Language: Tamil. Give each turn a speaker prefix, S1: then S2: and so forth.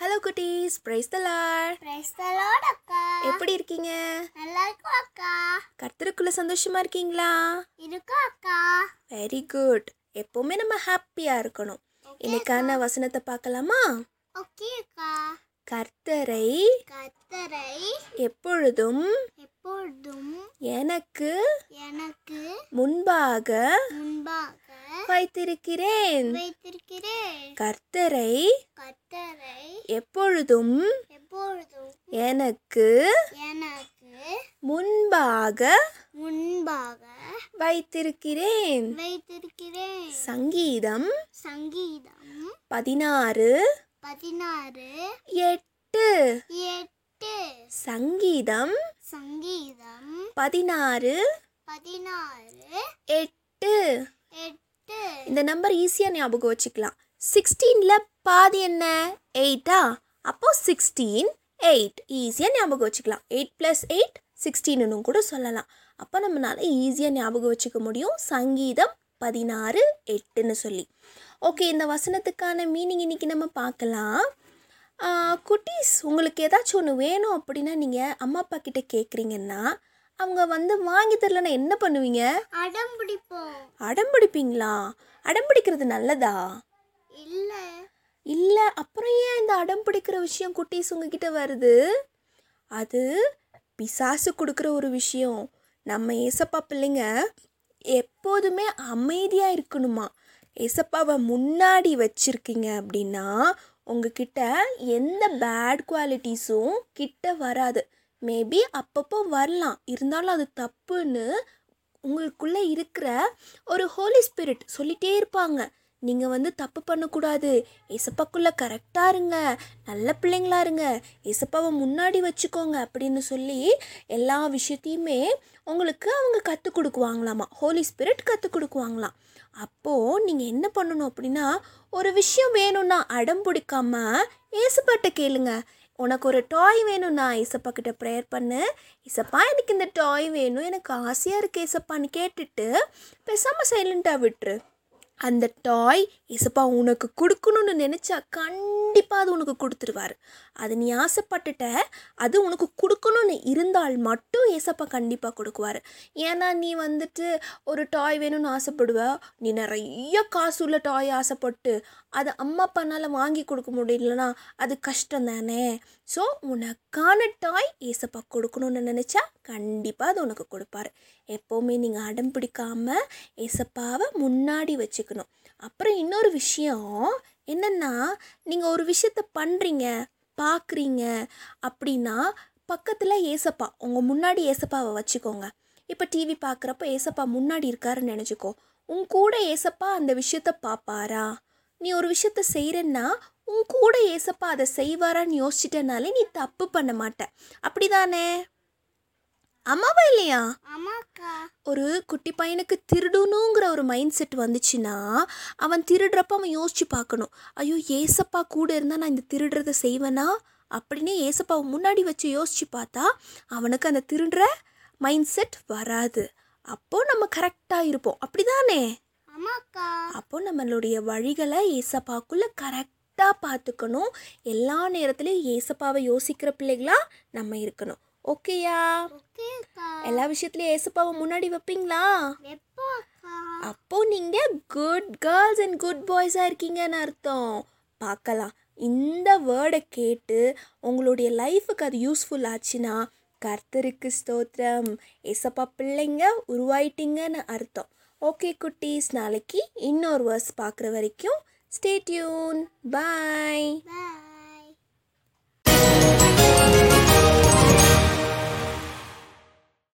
S1: ஹலோ குட்டீஸ் பிரைஸ் தலார்
S2: பிரைஸ்தலோட அக்கா
S1: எப்படி இருக்கீங்க
S2: நல்லா இருக்கும் அக்கா
S1: கர்த்தருக்குள்ள சந்தோஷமா இருக்கீங்களா
S2: இருக்கும் அக்கா
S1: வெரி குட் எப்பவுமே நம்ம ஹாப்பியா இருக்கணும் இன்னைக்கான வசனத்தை பார்க்கலாமா
S2: ஓகே அக்கா
S1: கர்த்தரை
S2: கத்தரை
S1: எப்பொழுதும்
S2: எப்பொழுதும்
S1: எனக்கு
S2: எனக்கு
S1: முன்பாக
S2: முன்பாக
S1: வைத்திருக்கிறேன்
S2: வைத்திருக்கிறேன்
S1: கர்த்தரை
S2: கத்தரை
S1: எப்பொழுதும்
S2: எப்பொழுதும்
S1: எனக்கு
S2: எனக்கு
S1: முன்பாக
S2: முன்பாக
S1: வைத்திருக்கிறேன்
S2: வைத்திருக்கிறேன்
S1: சங்கீதம்
S2: சங்கீதம்
S1: பதினாறு
S2: பதினாறு
S1: எட்டு
S2: எட்டு
S1: சங்கீதம்
S2: சங்கீதம்
S1: பதினாறு
S2: பதினாறு
S1: எட்டு
S2: எட்டு
S1: இந்த நம்பர் ஈஸியாக ஞாபகம் வச்சுக்கலாம் சிக்ஸ்டீனில் பாதி என்ன எயிட்டா அப்போ சிக்ஸ்டீன் எயிட் ஈஸியாக ஞாபகம் வச்சுக்கலாம் எயிட் ப்ளஸ் எயிட் சிக்ஸ்டீன்னு கூட சொல்லலாம் அப்போ நம்மளால ஈஸியாக ஞாபகம் வச்சுக்க முடியும் சங்கீதம் பதினாறு எட்டுன்னு சொல்லி ஓகே இந்த வசனத்துக்கான மீனிங் இன்னைக்கு நம்ம பார்க்கலாம் ஆ, குட்டீஸ் உங்களுக்கு ஏதாச்சும் ஒன்று வேணும் அப்படின்னா நீங்கள் அம்மா அப்பா கிட்ட கேட்குறீங்கன்னா அவங்க வந்து வாங்கி தரலன்னா என்ன பண்ணுவீங்க
S2: அடம் பிடிப்போம்
S1: அடம்பிடிப்பீங்களா அடம்பிடிக்கிறது நல்லதா
S2: இல்ல
S1: இல்லை அப்புறம் ஏன் இந்த அடம் பிடிக்கிற விஷயம் குட்டீஸ் உங்ககிட்ட வருது அது பிசாசு கொடுக்குற ஒரு விஷயம் நம்ம ஏசப்பா பிள்ளைங்க எப்போதுமே அமைதியாக இருக்கணுமா ஏசப்பாவை முன்னாடி வச்சிருக்கீங்க அப்படின்னா உங்ககிட்ட எந்த பேட் குவாலிட்டிஸும் கிட்ட வராது மேபி அப்பப்போ வரலாம் இருந்தாலும் அது தப்புன்னு உங்களுக்குள்ளே இருக்கிற ஒரு ஹோலி ஸ்பிரிட் சொல்லிட்டே இருப்பாங்க நீங்கள் வந்து தப்பு பண்ணக்கூடாது ஏசப்பாக்குள்ளே கரெக்டாக இருங்க நல்ல பிள்ளைங்களா இருங்க ஏசப்பாவை முன்னாடி வச்சுக்கோங்க அப்படின்னு சொல்லி எல்லா விஷயத்தையுமே உங்களுக்கு அவங்க கற்றுக் கொடுக்குவாங்களாமா ஹோலி ஸ்பிரிட் கற்றுக் கொடுக்குவாங்களாம் அப்போது நீங்கள் என்ன பண்ணணும் அப்படின்னா ஒரு விஷயம் வேணும்னா அடம் பிடிக்காம ஏசப்பாட்ட கேளுங்க உனக்கு ஒரு டாய் வேணும்னா ஏசப்பா கிட்ட ப்ரேயர் பண்ணு ஏசப்பா எனக்கு இந்த டாய் வேணும் எனக்கு ஆசையாக இருக்கு ஏசப்பான்னு கேட்டுட்டு பேசாமல் சைலண்ட்டாக விட்டுரு அந்த டாய் இசப்பா உனக்கு கொடுக்கணும்னு நினச்சா கண்டிப்பாக அது உனக்கு கொடுத்துருவாரு அது நீ ஆசைப்பட்டுட்ட அது உனக்கு கொடுக்கணும்னு இருந்தால் மட்டும் ஏசப்பா கண்டிப்பாக கொடுக்குவாரு ஏன்னா நீ வந்துட்டு ஒரு டாய் வேணும்னு ஆசைப்படுவ நீ நிறைய காசு உள்ள டாய் ஆசைப்பட்டு அதை அம்மா அப்பானால் வாங்கி கொடுக்க முடியலனா அது கஷ்டம் தானே ஸோ உனக்கான டாய் ஏசப்பா கொடுக்கணும்னு நினச்சா கண்டிப்பாக அது உனக்கு கொடுப்பாரு எப்போவுமே நீங்கள் அடம் பிடிக்காம ஏசப்பாவை முன்னாடி வச்சுக்கணும் அப்புறம் இன்னொரு விஷயம் என்னென்னா நீங்கள் ஒரு விஷயத்த பண்ணுறீங்க பார்க்குறீங்க அப்படின்னா பக்கத்தில் ஏசப்பா உங்கள் முன்னாடி ஏசப்பாவை வச்சுக்கோங்க இப்போ டிவி பார்க்குறப்ப ஏசப்பா முன்னாடி இருக்காருன்னு நினச்சிக்கோ உன் கூட ஏசப்பா அந்த விஷயத்த பார்ப்பாரா நீ ஒரு விஷயத்த செய்கிறன்னா உன் கூட ஏசப்பா அதை செய்வாரான்னு யோசிச்சிட்டனாலே நீ தப்பு பண்ண மாட்ட அப்படிதானே ஆமாவா இல்லையா
S2: ஆமா அக்கா
S1: ஒரு குட்டி பையனுக்கு திருடணுங்கிற ஒரு மைண்ட் செட் வந்துச்சுன்னா அவன் திருடுறப்ப அவன் யோசிச்சு பார்க்கணும் ஐயோ ஏசப்பா கூட இருந்தால் நான் இந்த திருடுறதை செய்வேனா அப்படின்னு ஏசப்பாவை முன்னாடி வச்சு யோசிச்சு பார்த்தா அவனுக்கு அந்த திருடுற மைண்ட் செட் வராது அப்போது நம்ம கரெக்டாக இருப்போம் அப்படிதானே
S2: ஆமா அக்கா
S1: அப்போ நம்மளுடைய வழிகளை ஏசப்பாக்குள்ள கரெக்டாக பார்த்துக்கணும் எல்லா நேரத்துலையும் ஏசப்பாவை யோசிக்கிற பிள்ளைகளா நம்ம இருக்கணும் ஓகேயா
S2: ஓகே அக்கா
S1: எல்லா விஷயத்துலையும் ஏசப்பாவை முன்னாடி வைப்பீங்களா
S2: எப்போ அக்கா
S1: அப்போ நீங்க குட் கேர்ள்ஸ் அண்ட் குட் பாய்ஸா இருக்கீங்கன்னு அர்த்தம் பார்க்கலாம் இந்த வேர்டை கேட்டு உங்களுடைய லைஃபுக்கு அது யூஸ்ஃபுல் ஆச்சுன்னா கர்த்தருக்கு ஸ்தோத்திரம் ஏசப்பா பிள்ளைங்க உருவாயிட்டீங்கன்னு அர்த்தம் ஓகே குட்டீஸ் நாளைக்கு இன்னொரு வேர்ஸ் பார்க்குற வரைக்கும் ஸ்டே டியூன் பாய்
S2: பை